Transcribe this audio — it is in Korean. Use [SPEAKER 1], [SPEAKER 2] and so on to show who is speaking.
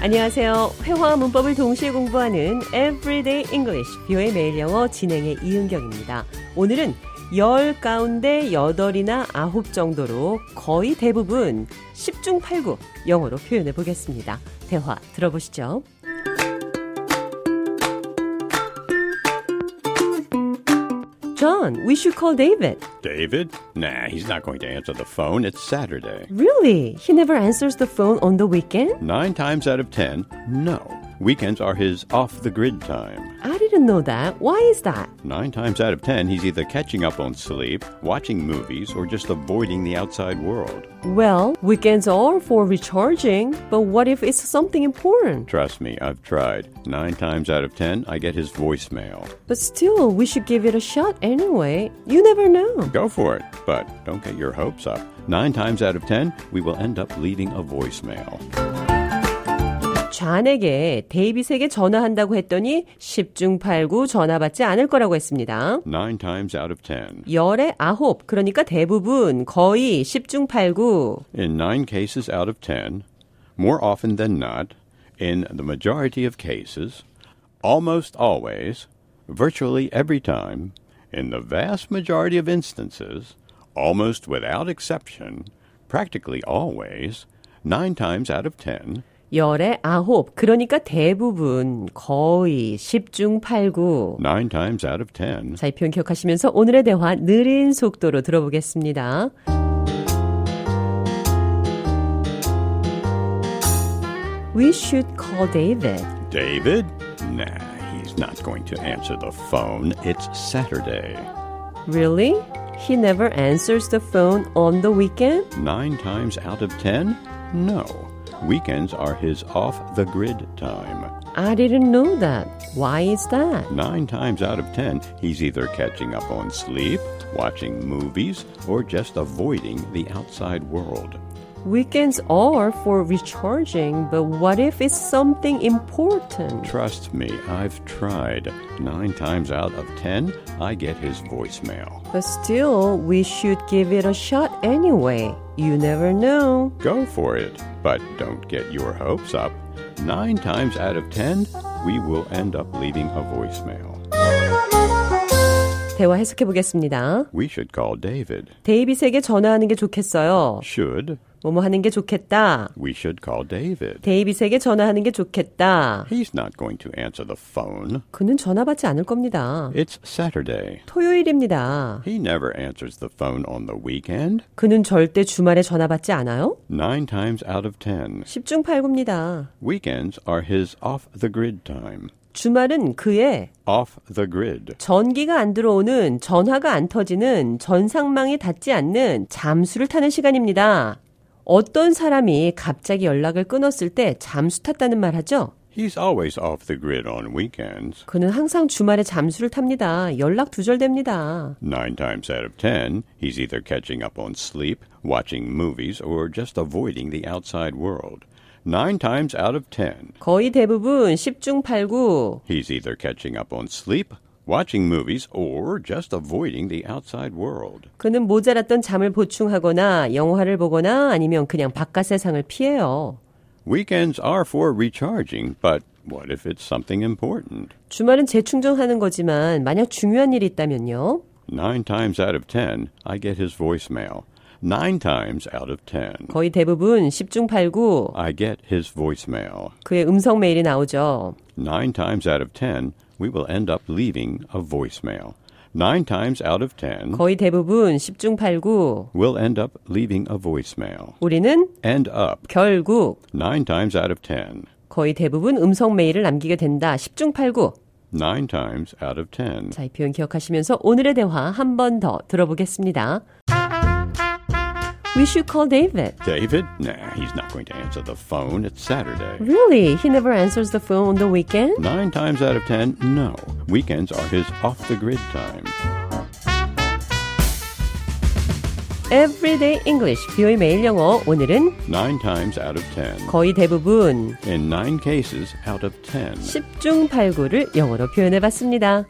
[SPEAKER 1] 안녕하세요. 회화와 문법을 동시에 공부하는 Everyday English, 뷰의 매일 영어 진행의 이은경입니다. 오늘은 열 가운데 여덟이나 아홉 정도로 거의 대부분 10중 8구 영어로 표현해 보겠습니다. 대화 들어보시죠. John, we should call David.
[SPEAKER 2] David? Nah, he's not going to answer the phone. It's Saturday.
[SPEAKER 1] Really? He never answers the phone on the weekend?
[SPEAKER 2] Nine times out of ten, no. Weekends are his off the grid time.
[SPEAKER 1] I didn't know that. Why is that?
[SPEAKER 2] Nine times out of ten, he's either catching up on sleep, watching movies, or just avoiding the outside world.
[SPEAKER 1] Well, weekends are for recharging, but what if it's something important?
[SPEAKER 2] Trust me, I've tried. Nine times out of ten, I get his voicemail.
[SPEAKER 1] But still, we should give it a shot anyway. You never know.
[SPEAKER 2] Go for it, but don't get your hopes up. Nine times out of ten, we will end up leaving a voicemail.
[SPEAKER 1] 잔에게 데이빗에게 전화한다고 했더니 10중 8구 전화 받지 않을 거라고 했습니다.
[SPEAKER 2] Nine times out of ten.
[SPEAKER 1] 열의 아홉, 그러니까 대부분 거의 10중 8구.
[SPEAKER 2] In nine cases out of ten, more often than not, in the majority of cases, almost always, virtually every time, in the vast majority of instances, almost without exception, practically always, nine times out of ten,
[SPEAKER 1] 열의 아홉, 그러니까 대부분 거의 10중 8구.
[SPEAKER 2] nine times out of ten.
[SPEAKER 1] 자, 이 표현 기억하시면서 오늘의 대화 느린 속도로 들어보겠습니다. We should call David.
[SPEAKER 2] David? Nah, he's not going to answer the phone. It's Saturday.
[SPEAKER 1] Really? He never answers the phone on the weekend?
[SPEAKER 2] Nine times out of ten? No. Weekends are his off the grid time.
[SPEAKER 1] I didn't know that. Why is that?
[SPEAKER 2] Nine times out of ten, he's either catching up on sleep, watching movies, or just avoiding the outside world.
[SPEAKER 1] Weekends are for recharging, but what if it's something important?
[SPEAKER 2] Trust me, I've tried. Nine times out of ten, I get his voicemail.
[SPEAKER 1] But still, we should give it a shot anyway. You never know.
[SPEAKER 2] Go for it, but don't get your hopes up. Nine times out of ten, we will end up leaving a voicemail.
[SPEAKER 1] 대화 해석해 보겠습니다.
[SPEAKER 2] We should call David.
[SPEAKER 1] 데이빗에게 전화하는 게 좋겠어요.
[SPEAKER 2] Should.
[SPEAKER 1] 뭐뭐 하는 게 좋겠다.
[SPEAKER 2] We should call David.
[SPEAKER 1] 데이빗에게 전화하는 게 좋겠다.
[SPEAKER 2] He's not going to answer the phone.
[SPEAKER 1] 그는 전화 받지 않을 겁니다.
[SPEAKER 2] It's Saturday.
[SPEAKER 1] 토요일입니다.
[SPEAKER 2] He never answers the phone on the weekend.
[SPEAKER 1] 그는 절대 주말에 전화 받지 않아요?
[SPEAKER 2] Nine times out of ten,
[SPEAKER 1] 10중 8구입니다.
[SPEAKER 2] weekends are his off the grid time.
[SPEAKER 1] 주말은 그의
[SPEAKER 2] Off the grid.
[SPEAKER 1] 전기가 안 들어오는, 전화가 안 터지는, 전상망이 닿지 않는 잠수를 타는 시간입니다. 어떤 사람이 갑자기 연락을 끊었을 때 잠수 탔다는 말 하죠?
[SPEAKER 2] He's always off the grid on weekends.
[SPEAKER 1] 그는 항상 주말에 잠수를 탑니다. 연락 두절됩니다.
[SPEAKER 2] Nine times out of ten, he's either catching up on sleep, watching movies, or just avoiding the outside world. Nine times out of ten,
[SPEAKER 1] 거의 대부분 10중 8구.
[SPEAKER 2] he's either catching up on sleep, watching movies, or just avoiding the outside world.
[SPEAKER 1] 그는 모자랐던 잠을 보충하거나 영화를 보거나 아니면 그냥 바깥 세상을 피해요.
[SPEAKER 2] Weekends are for recharging, but what if it's something important?
[SPEAKER 1] 주말은 재충전하는 거지만 만약 중요한 일이 있다면요.
[SPEAKER 2] Nine times out of ten, I get his voicemail. Nine times out of ten,
[SPEAKER 1] 거의 대부분 10중 8구
[SPEAKER 2] I get his voicemail.
[SPEAKER 1] 그의 음성 메일이 나오죠.
[SPEAKER 2] Nine times out of ten, we will end up leaving a voicemail. Nine times out of ten,
[SPEAKER 1] 거의 대부분 10중 8구
[SPEAKER 2] we'll end up leaving a voicemail.
[SPEAKER 1] 우리는
[SPEAKER 2] End up.
[SPEAKER 1] 결국
[SPEAKER 2] Nine times out of ten.
[SPEAKER 1] 거의 대부분 음성 메일을 남기게 된다. 10중 8구
[SPEAKER 2] Nine times out of ten.
[SPEAKER 1] 자, 이 표현 기억하시면서 오늘의 대화 한 번 더 들어보겠습니다. We should call David.
[SPEAKER 2] David? Nah, he's not going to answer the phone. It's Saturday.
[SPEAKER 1] Really? He never answers the phone on the weekend?
[SPEAKER 2] Nine times out of ten, no. Weekends are his off the grid time.
[SPEAKER 1] Everyday English, 비오의 매일 영어. 오늘은
[SPEAKER 2] Nine times out of ten.
[SPEAKER 1] 거의 대부분
[SPEAKER 2] In nine cases out of ten.
[SPEAKER 1] 10중 8구를 영어로 표현해 봤습니다.